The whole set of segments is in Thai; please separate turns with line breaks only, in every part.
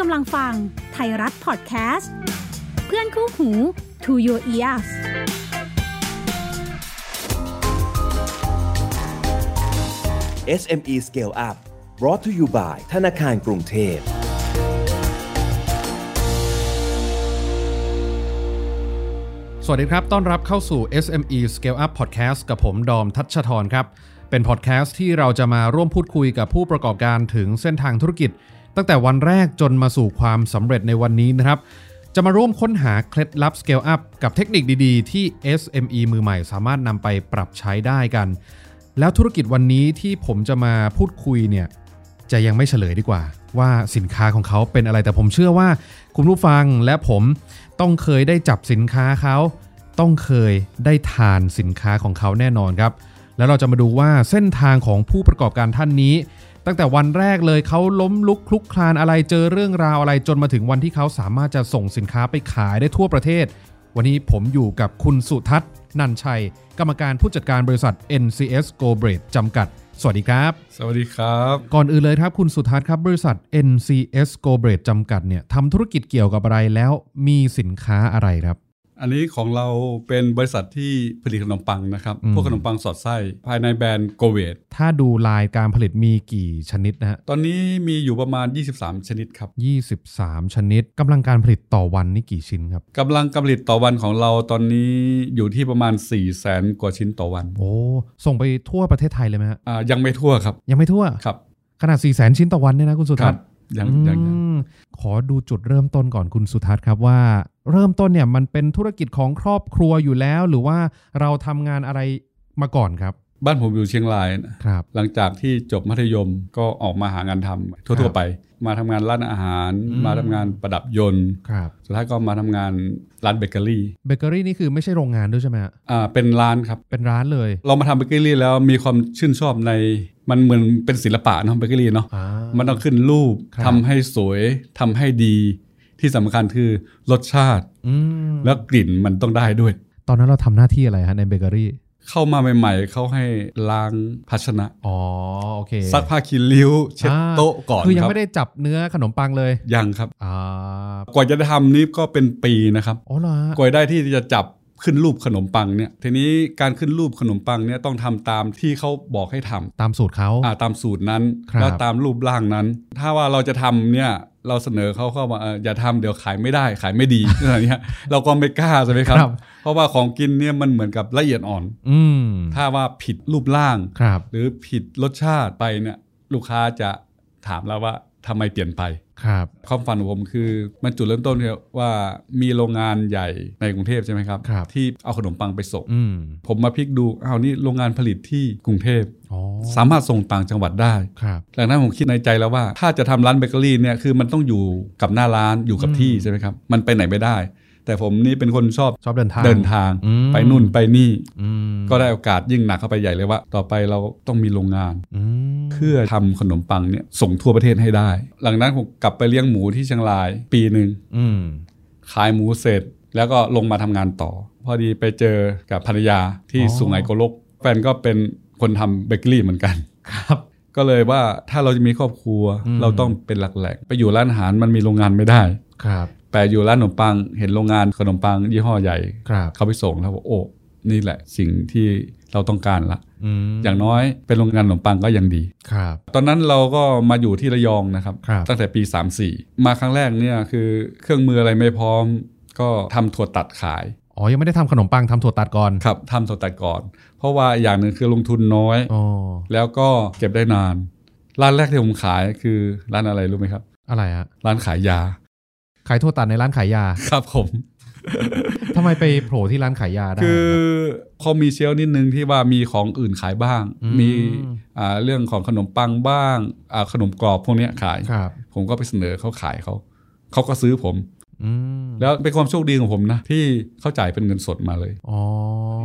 กำลังฟังไทยรัฐพอดแคสต์ เพื่อนคู่หู To Your Ears
SME Scale Up brought to you by ธนาคารกรุงเทพ
สวัสดีครับ ต้อนรับเข้าสู่ SME Scale Up Podcast กับผมดอมทัชทรครับ เป็นพอดแคสต์ที่เราจะมาร่วมพูดคุยกับผู้ประกอบการถึงเส้นทางธุรกิจ ตั้งแต่วันแรกจนมาสู่ความสำเร็จในวันนี้นะครับ จะมาร่วมค้นหาเคล็ดลับ Scale Up กับเทคนิคดีๆ ที่ SME มือใหม่สามารถนำไปปรับใช้ได้กัน แล้วธุรกิจวันนี้ที่ผมจะมาพูดคุยเนี่ย จะยังไม่เฉลยดีกว่า ว่าสินค้าของเขาเป็นอะไรแต่ผมเชื่อว่าคุณผู้ฟังและผมต้องเคยได้จับสินค้าเขา ต้องเคยได้ทานสินค้าของเขาแน่นอนครับ แล้วเราจะมาดูว่าเส้นทางของผู้ประกอบการท่านนี้ ตั้งแต่วันแรกเลยเขาล้มลุกคลุกคลานอะไรเจอเรื่องราวอะไรจนมาถึงวันที่เขาสามารถจะส่งสินค้าไปขายได้ทั่วประเทศ วันนี้ผมอยู่กับคุณสุทัศน์นันชัย กรรมการผู้จัดการบริษัท NCS g o b r e d จำกัด สวัสดีครับ
สวัสดีครับ
ก่อนอื่นเลยครับ คุณสุทัศน์ครับ บริษัท NCS g o b r e d จำกัดเนี่ยทำธุรกิจเกี่ยวกับอะไรแล้วมีสินค้าอะไรครับ
อันนี้ของเราเป็นบริษัทที่ผลิตขนมปังนะครับ
อืม
พวกขนมปังสอดไส้ ภายในแบรนด์โกเวต
ถ้าดูลายการผลิตมีกี่ชนิดนะฮะ
ตอนนี้มีอยู่ประมาณ 23 ชนิดครับ
23 ชนิดกำลังการผลิตต่อวันนี่กี่ชิ้นครับ
กำลังการผลิตต่อวันของเราตอนนี้อยู่ที่ประมาณ 4 0 0แสนกว่าชิ้นต่อวัน
โอ้ส่งไปทั่วประเทศไทยเลยไหมฮะ
อ่ายังไม่ทั่วครับ
ยังไม่ทั่ว
ครับ
ขนาด 4 0 0 0 0 0 ชิ้นต่อวันเนี่ยนะคุณสุ
ค
ทั
รั
ศ
บ
น์
ยังยังยัง
อืมขอดูจุดเริ่มต้นก่อนคุณสุทัศน์ครับว่า เริ่มต้นเนี่ยมันเป็นธุรกิจของครอบครัวอยู่แล้ว หรือว่าเราทำงานอะไรมาก่อนครับ
บ้านผมอยู่เชียงรายนะครับ หลังจากที่จบมัธยมก็ออกมาหางานทำ
ครั
ทั่ว
บ
ๆไป มาทำงานร้านอาหาร
อืม
มาทำงานประดับยนต์
ครับ
สุดท้ายก็มาทำงานร้านเบเกอรี่
เบเกอรี่นี่คือไม่ใช่โรงงานด้วยใช่ไหมฮะ
อ่าเป็นร้านครับ
เป็นร้านเลย
เรามาทำเบเกอรี่แล้วมีความชื่นชอบในมันเหมือนเป็นศิลปะเนาะเบเกอรี่เนาะ
อ่า
มันต้องขึ้นรูป
ครับ
ทำให้สวยทำให้ดีที่สำคัญคือรสชาติ
อืม
แล้วกลิ่นมันต้องได้ด้วย
ตอนนั้นเราทำหน้าที่อะไรฮะในเบเกอรี่
เข้ามาใหม่ๆ เขาให้ล้างภาชนะ
อ๋อโอเค
ซักผ้าคีริ้ว เช็ด
อ่า
โต๊ะก่อน
คือยัง
รับ
ไม่ได้จับเนื้อขนมปังเลย
ยังครับ
อ่าก
ว่าจะได้ทำนี่ก็เป็นปีนะครับ
อ๋อเหรอฮะ
กว่าได้ที่จะจับขึ้นรูปขนมปังเนี่ยทีนี้การขึ้นรูปขนมปังเนี่ยต้องทำตามที่เขาบอกให้ทำ
ตามสูตรเขา
อ่าตามสูตรนั้น
ครับ
แล้วตามรูปร่างนั้น ถ้าว่าเราจะทำเนี่ยเราเสนอเขาเข้ามาเอ่ออย่าทำเดี๋ยวขายไม่ได้ขายไม่ดี อะไรเงี้ยเราก็ไม่กล้าใช่ไหมครับ
ครับ
เพราะว่าของกินเนี่ยมันเหมือนกับละเอียดอ่อน
อืม
ถ้าว่าผิดรูปร่าง
ครับ
หรือผิดรสชาติไปเนี่ยลูกค้าจะถามแล้วว่าทำไมเปลี่ยนไป
ครับ
ความฝันของผมคือมันจุดเริ่มต้นที่ว่ามีโรงงานใหญ่ในกรุงเทพใช่ไหมครับ
ครับ
ที่เอาขนมปังไปส่ง
อืม
ผมมาพลิกดูอ้าวนี่โรงงานผลิตที่กรุงเทพ
อ๋อ
สามารถส่งต่างจังหวัดได้
ครับ
หลังนั้นผมคิดในใจแล้วว่า ถ้าจะทำร้านเบเกอรี่เนี่ยคือมันต้องอยู่กับหน้าร้านอยู่กับที่ใช่ไหมครับ มันไปไหนไม่ได้ แต่ผมนี่เป็นคนชอบ
ชอบเดินทาง
เดินทาง
อืม
ไปนู่นไปนี่
อืม
ก็ได้โอกาสยิ่งหนักเข้าไปใหญ่เลยว่า ต่อไปเราต้องมีโรงงาน
อืม
เพื่อทำขนมปังเนี่ยส่งทั่วประเทศให้ได้ หลังนั้นผมกลับไปเลี้ยงหมูที่เชียงราย ปีหนึ่ง
อืม
ขายหมูเสร็จ แล้วก็ลงมาทำงานต่อ พอดีไปเจอกับภรรยาที่สุไหงโกลกแฟนก็เป็นคนทำเบเกอรี่เหมือนกัน
ครับ
ก็เลยว่าถ้าเราจะมีครอบครัว
อืม
เราต้องเป็นหลักแหล่งไปอยู่ร้านอาหารมันมีโรงงานไม่ได้
ครับ
แต่อยู่ร้านขนมปังเห็นโรงงานขนมปังยี่ห้อใหญ่
ครับ
เขาไปส่งแล้วบอกโอ้นี่แหละสิ่งที่เราต้องการละ
อืม
อย่างน้อยเป็นโรงงานขนมปังก็ยังดี
ครับ
ตอนนั้นเราก็มาอยู่ที่ระยองนะครับ
ครับ
ตั้งแต่ปี 34 มาครั้งแรกเนี่ยคือเครื่องมืออะไรไม่พร้อม ก็ทำถั่วตัดขาย
อ๋อยังไม่ได้ทำขนมปังทำถั่วตัดก่อน
ครับทำถั่วตัดก่อน เพราะว่าอย่างหนึ่งคือลงทุนน้อย
อ๋อ
แล้วก็เก็บได้นาน ร้านแรกที่ผมขายคือร้านอะไรรู้ไหมครับ
อะไรฮะ
ร้านขายยา
ขายถั่วตัดในร้านขายยา
ครับผม
ทำไมไปโผล่ที่ร้านขายยาได้
คือเขามีเชลฟ์นิดนึงที่ว่ามีของอื่นขายบ้าง
อืม
มีอ่าเรื่องของขนมปังบ้างอ่าขนมกรอบพวกเนี้ยขาย
ครับ
ผมก็ไปเสนอเขาขายเขา เขาก็ซื้อผม
อืม
แล้วเป็นความโชคดีของผมนะ ที่เขาจ่ายเป็นเงินสดมาเลย
อ๋อ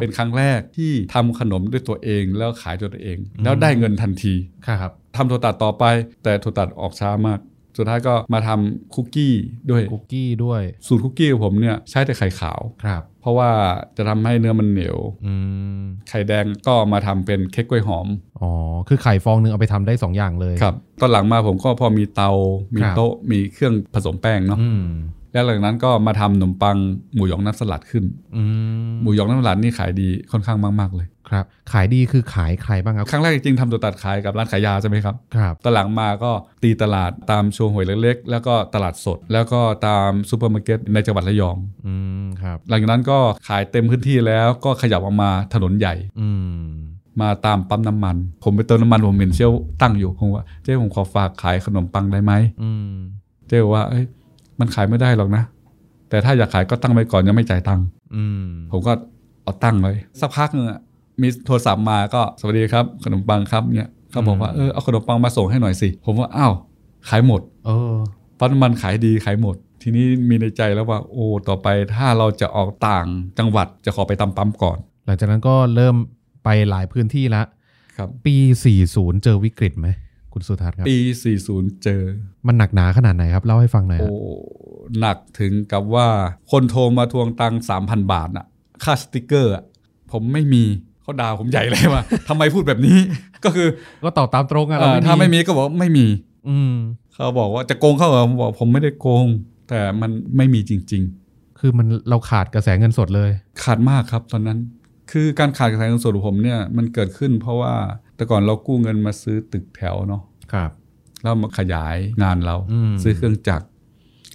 เป็นครั้งแรกที่ทำขนมด้วยตัวเองแล้วขายด้วยตัวเอง
อืม
แล้วได้เงินทันที
ครับ
ทำถั่วตัดต่อไป แต่ถั่วตัดออกช้ามาก สุดท้ายก็มาทำคุกกี้ด้วย
คุกกี้ด้วย
สูตรคุกกี้ของผมเนี่ยใช้แต่ไข่ขาว
ครับ
เพราะว่าจะทำให้เนื้อมันเหนียว
อืม
ไข่แดงก็มาทำเป็นเค้กกล้วยหอม
อ๋อคือไข่ฟองหนึ่งเอาไปทำได้สองอย่างเลย
ครับตอนหลังมาผมก็พอมีเตา มี
ครับ
โต๊ะ มีเครื่องผสมแป้งเนาะ
อืม
แล้วหลังจากนั้นก็มาทำขนมปังหมูหยองน้ำสลัดขึ้น
อื
ห
ม
มูหยองน้ำสลัดนี่ขายดีค่อนข้างมากๆเลย
ครับ ขายดีคือขายใครบ้างครับ
ครั้งแรกจริงๆทำตัวตัดขายกับร้านขายยาใช่ไหมครับ
ครับ
ตอนหลังมาก็ตีตลาดตามโชว์หวยเล็กๆ แล้วก็ตลาดสด แล้วก็ตามซูเปอร์มาร์เก็ตในจังหวัดระยอง
อืมครับ
หลังจากนั้นก็ขายเต็มพื้นที่แล้วก็ขยับออกมาถนนใหญ่
อืม
มาตามปั๊มน้ำมัน ผมไปเติมน้ำมันผมเห็นเชี่ยวตั้งอยู่ผมว่าเจ๊ผมขอฝากขายขนมปังได้ไหม
อืม
เจ๊บอกว่าเอ้ยมันขายไม่ได้หรอกนะ แต่ถ้าอยากขายก็ตั้งไปก่อนยังไม่จ่ายตังค์
อืม
ผมก็เอาตั้งไว้สักพักหนึงอะมีโทรศัพท์มาก็สวัสดีครับ ขนมปังครับเนี่ยเขาบอกว่าเออเอาขนมปังมาส่งให้หน่อยสิผมว่าอ้าวขายหมด
เออ
ปั๊มน้ำมันขายดีขายหมด ทีนี้มีในใจแล้วว่าโอ้ต่อไปถ้าเราจะออกต่างจังหวัดจะขอไปตามปั๊มก่อน
หลังจากนั้นก็เริ่มไปหลายพื้นที่ละ
ครับ
ปี 40 เจอวิกฤตไหม คุณสุทัศน์ครับ
ปี 40 เจอ
มันหนักหนาขนาดไหนครับ เล่าให้ฟังหน่อยฮะ
โอ้หนักถึงกับว่าคนโทรมาทวงตังค์3,000 บาทน่ะค่าสติกเกอร์อะผมไม่มีเขาด่าผมใหญ่เลยว่า ทำไมพูดแบบนี้ ก็คือ
ก็ตอบตามตรงอะ
เอ่
เรา
อ
ไม่
ถ้าไม่มีก็บอกไม่มี
อืม
เขาบอกว่าจะโกงเขาเหรอผมบอกผมไม่ได้โกง แต่มันไม่มีจริง ๆ
คือมันเราขาดกระแสเงินสดเลย
ขาดมากครับตอนนั้น คือการขาดกระแสเงินสดของผมเนี่ยมันเกิดขึ้นเพราะว่าแต่ก่อนเรากู้เงินมาซื้อตึกแถวเนาะ
ครับ
แล้วมาขยายงานเรา
อืม
ซื้อเครื่องจักร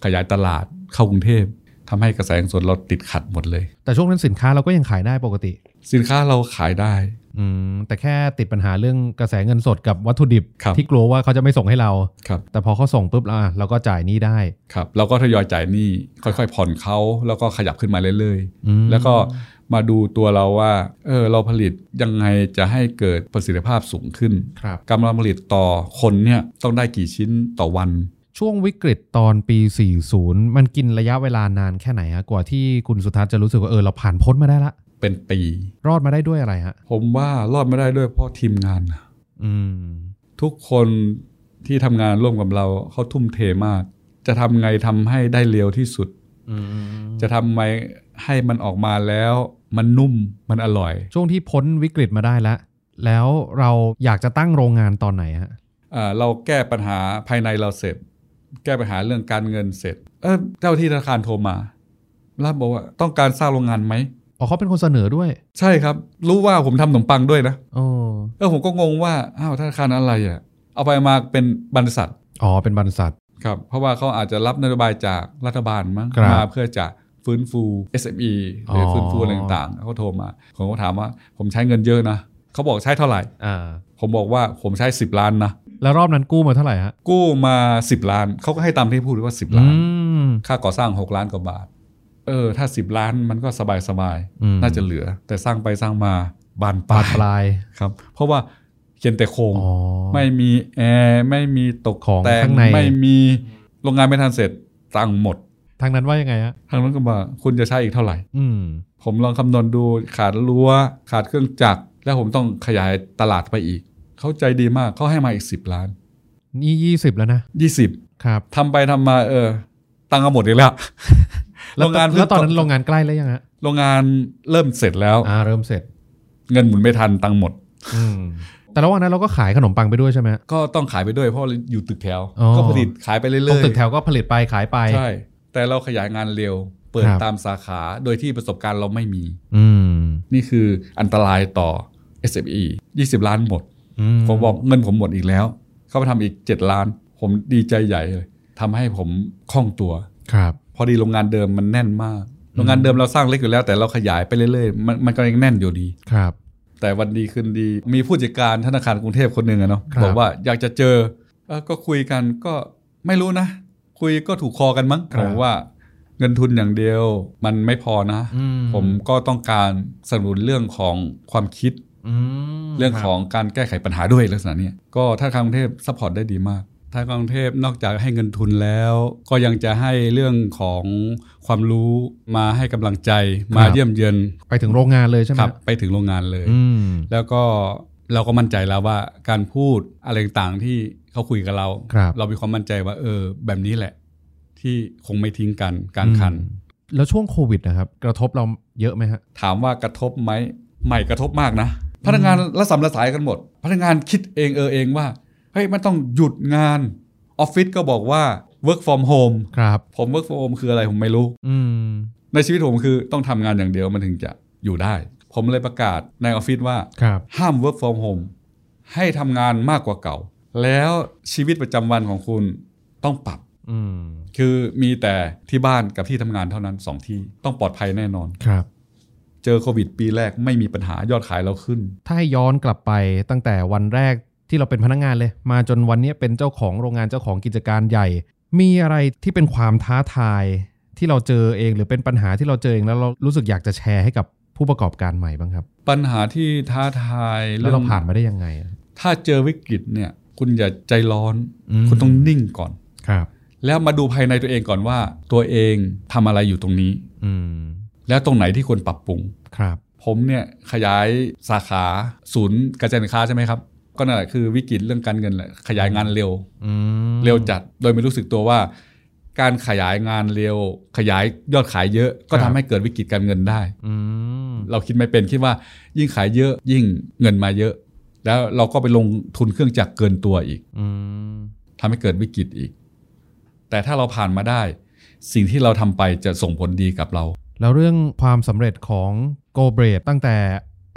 ขยายตลาดเข้ากรุงเทพทำให้กระแสเงินสดเราติดขัดหมดเลย
แต่ช่วงนั้นสินค้าเราก็ยังขายได้ปกติ
สินค้าเราขายได้
อืม แต่แค่ติดปัญหาเรื่องกระแสเงินสดกับวัตถุดิบ
ครับ
ที่กลัวว่าเขาจะไม่ส่งให้เรา
ครับ
แต่พอเขาส่งปุ๊บอ่ะเราก็จ่ายหนี้ได้
ครับเราก็ทยอยจ่ายหนี้ค่อยๆ ผ่อนเขาแล้วก็ขยับขึ้นมาเรื่อย
อืม
ๆ แล้วก็มาดูตัวเราว่าเออเราผลิตยังไงจะให้เกิดประสิทธิภาพสูงขึ้น
ครับ
กำลังผลิตต่อคนเนี่ยต้องได้กี่ชิ้นต่อวัน
ช่วงวิกฤตตอนปี 40 มันกินระยะเวลานานแค่ไหนฮะกว่าที่คุณสุทัศน์จะรู้สึกว่าเออเราผ่านพ้นมาได้ละ
เป็นปี
รอดมาได้ด้วยอะไรฮะ
ผมว่ารอดไม่ได้ด้วยเพราะทีมงานนะ
อืม
ทุกคนที่ทำงานร่วมกับเราเขาทุ่มเทมาก จะทำไงทำให้ได้เร็วที่สุด จะทำไงให้มันออกมาแล้ว มันนุ่มมันอร่อย
ช่วงที่พ้นวิกฤตมาได้แล้ว แล้วเราอยากจะตั้งโรงงานตอนไหนฮะ
อ่าเราแก้ปัญหาภายในเราเสร็จ แก้ปัญหาเรื่องการเงินเสร็จ เออเจ้าที่ธนาคารโทรมาแล้วบอกว่าต้องการสร้างโรงงานไหม
อ๋อเขาเป็นคนเสนอด้วย
ใช่ครับ รู้ว่าผมทำขนมปังด้วยนะ
โอ้
เออผมก็งงว่าอ้าวธนาคารอะไรอะ่ะเอาไปมาเป็นบรรษัท
อ๋อ เป็นบรรษัท
ครับเพราะว่าเขาอาจจะรับนโยบายจากรัฐบาลมั้ง
ครับ
มาเพื่อจะฟื้นฟู SME หรืออ
อ
ฟื้นฟูอะไรต่างๆเขาโทรมา ผมก็ถามว่าผมใช้เงินเยอะนะเขาบอกใช้เท่าไหร่
อ่า
ผมบอกว่าผมใช้ 10 ล้านนะ
แล้วรอบนั้นกู้มาเท่าไหร่ฮะ
กู้มา 10 ล้านเขาก็ให้ตามที่พูดว่า 10
อื
ล้าน
ม
ค่าก่อสร้าง 6 ล้านกว่าบาท เออ ถ้า 10 ล้านมันก็สบาย
อืม
ๆน่าจะเหลือ แต่สร้างไปสร้างมาบานป
ปา
ลา
ดป
ย
ลาย
ครับ เพราะว่าเขียนแต่โครง
อ๋อ
ไม่มีแอร์ไม่มีตก
ของ
แต่ง
ข้างใน
ไม่มีโรงงานไม่ทันเสร็จตังค์หมด
ทางนั้นว่ายังไงฮะ
ทางนั้นก็บอกคุณจะใช้อีกเท่าไหร่
อืม
ผมลองคำนวณดูขาดรั้ว ขาดเครื่องจักร แล้วผมต้องขยายตลาดไปอีก เขาใจดีมากเขาให้มาอีก 10 ล้าน
นี่ยี่สิบแล้วนะ
20
ครับ
ทำไปทำมาเออ ตังค์ก็หมดอีกแล้ว
แล้
โร
ว
งงาน
แล้วตอนนั้นโรงงานใกล้แล้วยังฮะ
โรงงานเริ่มเสร็จแล้ว
อ่า เริ่มเสร็จ
เงินหมุนไม่ทันตังค์หมด
อืม แต่ระหว่างนั้นเราก็ขายขนมปังไปด้วยใช่ไหมฮะ
ก็ต้องขายไปด้วยเพราะเราอยู่ตึกแถว
อ๋อ
ก็ผลิตขายไปเรื่
ตรง
อย
ตึกแถวก็ผลิตไปขายไป
ใช่ แต่เราขยายงานเร็ว เปิด
ครับ
ตามสาขาโดยที่ประสบการณ์เราไม่มี
อืม
นี่คืออันตรายต่อ SME 20 ล้านหมด
ม
ผมบอกเงินผมหมดอีกแล้ว เขาไปทำอีก 7 ล้าน ผมดีใจใหญ่เลยทำให้ผมคล่องตัว
ครับ
พอดีโรงงานเดิมมันแน่นมาก โรงงานเดิมเราสร้างเล็กอยู่แล้ว แต่เราขยายไปเรื่อยๆ มันมันก็ยังแน่นอยู่ดี
ครับ
แต่วันดีคืนดี มีผู้จัดการธนาคารกรุงเทพคนหนึ่งอะเนาะ
ครับ
บอกว่าอยากจะเจอเอ่อก็คุยกันก็ไม่รู้นะ คุยก็ถูกคอกันมั้งผมว่าเงินทุนอย่างเดียวมันไม่พอนะ
อื
ผมก็ต้องการสนับสนุนเรื่องของความคิด
อืม
เรื่อง
คบ
ของการแก้ไขปัญหาด้วยลักษณะเนี้ยก็ถ้าทางกรุงเทพซัพพอร์ตได้ดีมากทางกรุงเทพนอกจากให้เงินทุนแล้ว ก็ยังจะให้เรื่องของความรู้มาให้กำลังใจมา
ครับ
เยี่ยมเยือน
ไปถึงโรงงานเลยใช่ไหม
ครับไปถึงโรงงานเลย
อืม
แล้วก็เราก็มั่นใจแล้วว่าการพูดอะไรต่างๆที่ก เขาคุยกับเรา
ครับ
เรามีความมั่นใจว่า เออ แบบนี้แหละ ที่คงไม่ทิ้งกันกลางคัน
อืมแล้วช่วงโควิดนะครับ กระทบเราเยอะไหมฮะ
ถามว่ากระทบไหมไม่กระทบมากนะ พนักงานละสำละสายกันหมด พนักงานคิดเองเออเองว่าเฮ้ยมันต้องหยุดงานออฟฟิศก็บอกว่า work from home
ครับ
ผม work from home คืออะไรผมไม่รู้
อืม
ในชีวิตผมคือต้องทำงานอย่างเดียวมันถึงจะอยู่ได้ ผมเลยประกาศในออฟฟิศว่า
ครับ
ห้าม work from home ให้ทำงานมากกว่าเก่า แล้วชีวิตประจำวันของคุณต้องปรับ
อืม
คือมีแต่ที่บ้านกับที่ทำงานเท่านั้นสองที่ต้องปลอดภัยแน่นอน
ครับ
เจอโควิดปีแรกไม่มีปัญหายอดขายเราขึ้น
ถ้าให้ย้อนกลับไปตั้งแต่วันแรกที่เราเป็นพนักงานเลย มาจนวันนี้เป็นเจ้าของโรงงานเจ้าของกิจการใหญ่ มีอะไรที่เป็นความท้าทายที่เราเจอเองหรือเป็นปัญหาที่เราเจอเองแล้วเรารู้สึกอยากจะแชร์ให้กับผู้ประกอบการใหม่บ้างครับ
ปัญหาที่ท้าทาย
แล้วเราผ่านมาได้ยังไงอะ
ถ้าเจอวิกฤตเนี่ย คุณอย่าใจร้อน
อืม
คุณต้องนิ่งก่อน
ครับ
แล้วมาดูภายในตัวเองก่อนว่า ตัวเองทำอะไรอยู่ตรงนี้
อืม
แล้วตรงไหนที่ควรปรับปรุง
ครับ
ผมเนี่ยขยายสาขาศูนย์กระจายสินค้าใช่ไหมครับ ก็นั่นแหละคือวิกฤตเรื่องการเงินแหละขยายงานเร็ว
อืม
เร็วจัดโดยไม่รู้สึกตัวว่า การขยายงานเร็ว ขยายยอดขายเยอะ ก็ทำให้เกิดวิกฤตการเงินได้
อืม
เราคิดไม่เป็นคิดว่ายิ่งขายเยอะยิ่งเงินมาเยอะ แล้วเราก็ไปลงทุนเครื่องจักรเกินตัวอีก
อืม
ทำให้เกิดวิกฤตอีก แต่ถ้าเราผ่านมาได้ สิ่งที่เราทำไปจะส่งผลดีกับเรา
แล้วเรื่องความสำเร็จของโกเบรดตั้งแต่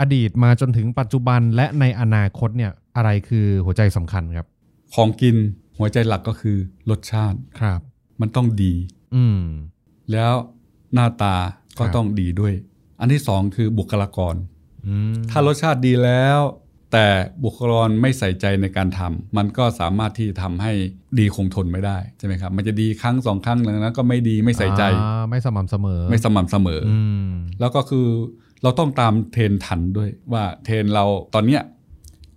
อดีตมาจนถึงปัจจุบันและในอนาคตเนี่ยอะไรคือหัวใจสำคัญครับ
ของกินหัวใจหลักก็คือรสชาติ
ครับ
มันต้องดี
อืม
แล้วหน้าตาก็
ครับ
ต้องดีด้วย อันที่สองคือบุคลากร
อืม
ถ้ารสชาติดีแล้ว แต่บุคลากรไม่ใส่ใจในการทำมันก็สามารถที่ทำให้ดีคงทนไม่ได้ใช่ไหมครับมันจะดีครั้งสองครั้งหลังจากนั้นก็ไม่ดีไม่ใส่ใจ
อ่าไม่สม่ำเสมอ
ไม่สม่ำเสมออ
อืม
แล้วก็คือเราต้องตามเทรนทันด้วยว่าเทรนเราตอนเนี้ย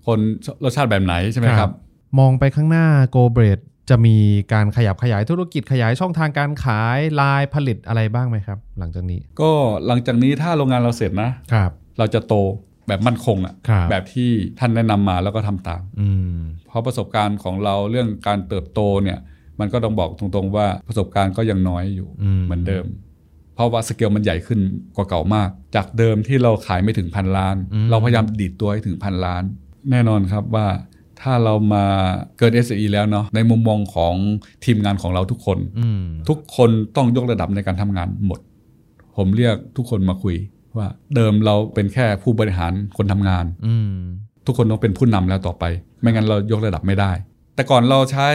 คนรสชาติแบบไหนใช่ไหมครับ
มองไปข้างหน้าโกเบรดจะมีการขยับขยายธุรกิจขยายช่องทางการขายลายผลิตอะไรบ้างไหมครับ หลังจากนี้
ก็หลังจากนี้ถ้าโรงงานเราเสร็จนะ
ครับ
เราจะโตแบบมั่นคงอะ
ครับ
แบบที่ท่านแนะนำมาแล้วก็ทำตาม
อืม
เพราะประสบการณ์ของเราเรื่องการเติบโตเนี่ย มันก็ต้องบอกตรงๆว่าประสบการณ์ก็ยังน้อยอยู่
อืม
เหมือนเดิม เพราะว่าสเกลมันใหญ่ขึ้นกว่าเก่ามาก จากเดิมที่เราขายไม่ถึงพันล้าน เราพยายามดีดตัวให้ถึงพันล้าน แน่นอนครับว่าถ้าเรามาเกิน s อ e แล้วเนาะในมุมมองของทีมงานของเราทุกคน
อืม
ทุกคนต้องยกระดับในการทำงานหมด ผมเรียกทุกคนมาคุยว่าเดิมเราเป็นแค่ผู้บริหารคนทำงาน
อืม
ทุกคนต้องเป็นผู้นำแล้วต่อไป ไม่งั้นเรายกระดับไม่ได้ แต่ก่อนเราใช้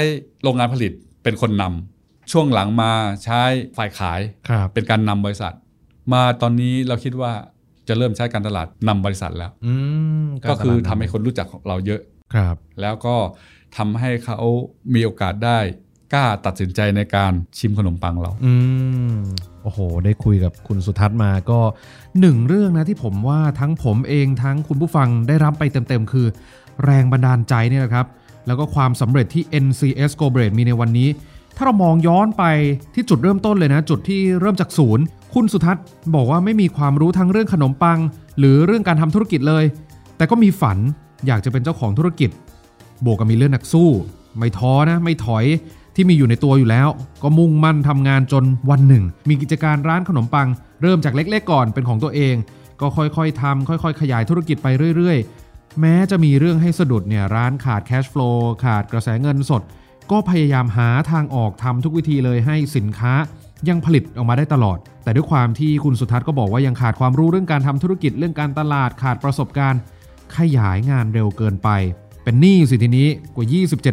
โรงงานผลิตเป็นคนนำช่วงหลังมาใช้ฝ่ายขาย
ครับ
เป็นการนำบริษัท มาตอนนี้เราคิดว่าจะเริ่มใช้การตลาดนำบริษัทแล้ว
อืมาร
ก็คือ
ตลาด
ทำให้คนรู้จักของเราเยอะ
ครับ
แล้วก็ทำให้เขามีโอกาสได้กล้าตัดสินใจในการชิมขนมปังเรา
อืม โอ้โห ได้คุยกับคุณสุทัศน์มาก็หนึ่งเรื่องนะที่ผมว่าทั้งผมเองทั้งคุณผู้ฟังได้รับไปเต็มๆ คือ แรงบันดาลใจเนี่ยนะครับ แล้วก็ความสำเร็จที่ NCS g o b r a d มีในวันนี้ ถ้าเรามองย้อนไปที่จุดเริ่มต้นเลยนะ จุดที่เริ่มจากศูนย์ คุณสุทัศน์บอกว่าไม่มีความรู้ทั้งเรื่องขนมปัง หรือเรื่องการทำธุรกิจเลย แต่ก็มีฝันอยากจะเป็นเจ้าของธุรกิจ บวกกับมีเลือดนักสู้ ไม่ท้อนะ ไม่ถอยที่มีอยู่ในตัวอยู่แล้ว ก็มุ่งมั่นทำงานจนวันหนึ่ง มีกิจการร้านขนมปัง เริ่มจากเล็กๆก่อนเป็นของตัวเอง ก็ค่อยๆทำค่อยๆ ขยายธุรกิจไปเรื่อยๆ แม้จะมีเรื่องให้สะดุดเนี่ยร้านขาดแคชฟลูขาดกระแสเงินสด ก็พยายามหาทางออกทำทุกวิธีเลยให้สินค้ายังผลิตออกมาได้ตลอด แต่ด้วยความที่คุณสุทัศน์ก็บอกว่ายังขาดความรู้เรื่องการทำธุรกิจเรื่องการตลาดขาดประสบการณ์ ขยายงานเร็วเกินไป เป็นหนี้สิทีนี้กว่า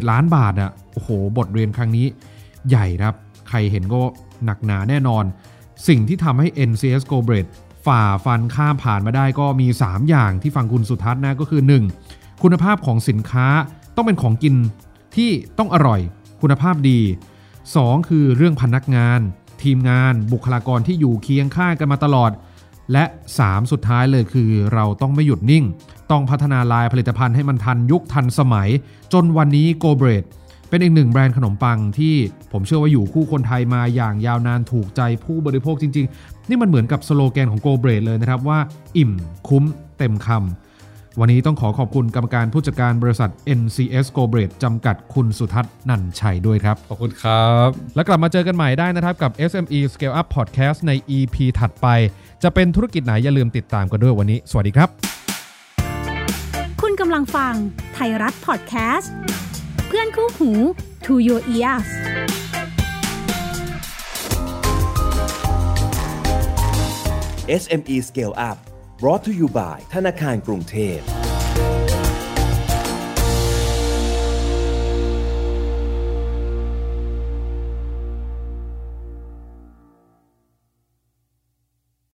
27 ล้านบาทอ่ะ โอ้โห บทเรียนครั้งนี้ใหญ่ครับ ใครเห็นก็หนักหนาแน่นอน สิ่งที่ทำให้ NCS g o b r e d ฝ่าฟันข้ามผ่านมาได้ก็มี 3 อย่างที่ฟังคุณสุทัศน์นะก็คือ 1. คุณภาพของสินค้าต้องเป็นของกินที่ต้องอร่อย คุณภาพดี 2. คือเรื่องพนักงาน ทีมงาน บุคลากรที่อยู่เคียงข้างกันมาตลอด และ 3 สุดท้ายเลยคือเราต้องไม่หยุดนิ่ง ต้องพัฒนาลายผลิตภัณฑ์ให้มันทันยุคทันสมัย จนวันนี้ Go Bread เป็นอีกหนึ่งแบรนด์ขนมปังที่ผมเชื่อว่าอยู่คู่คนไทยมาอย่างยาวนานถูกใจผู้บริโภคจริง ๆ นี่มันเหมือนกับสโลแกนของ Go Bread เลยนะครับว่า อิ่มคุ้มเต็มคำ วันนี้ต้องขอขอบคุณกรรมการผู้จัดการบริษัท NCS g o b r e d จำกัดคุณสุทัศน์นันชัยด้วยครับ
ขอบคุณครับ
และกลับมาเจอกันใหม่ได้นะครับกับ SME Scale Up Podcast ใน EP ถัดไป จะเป็นธุรกิจไหนอย่าลืมติดตามกันด้วยวันนี้ สวัสดีครับ
คุณกำลังฟังไทยรัฐพอดแคสต์เพื่อนคู่หู to your ears
SME Scale Up brought to you by ธนาคารกรุงเทพ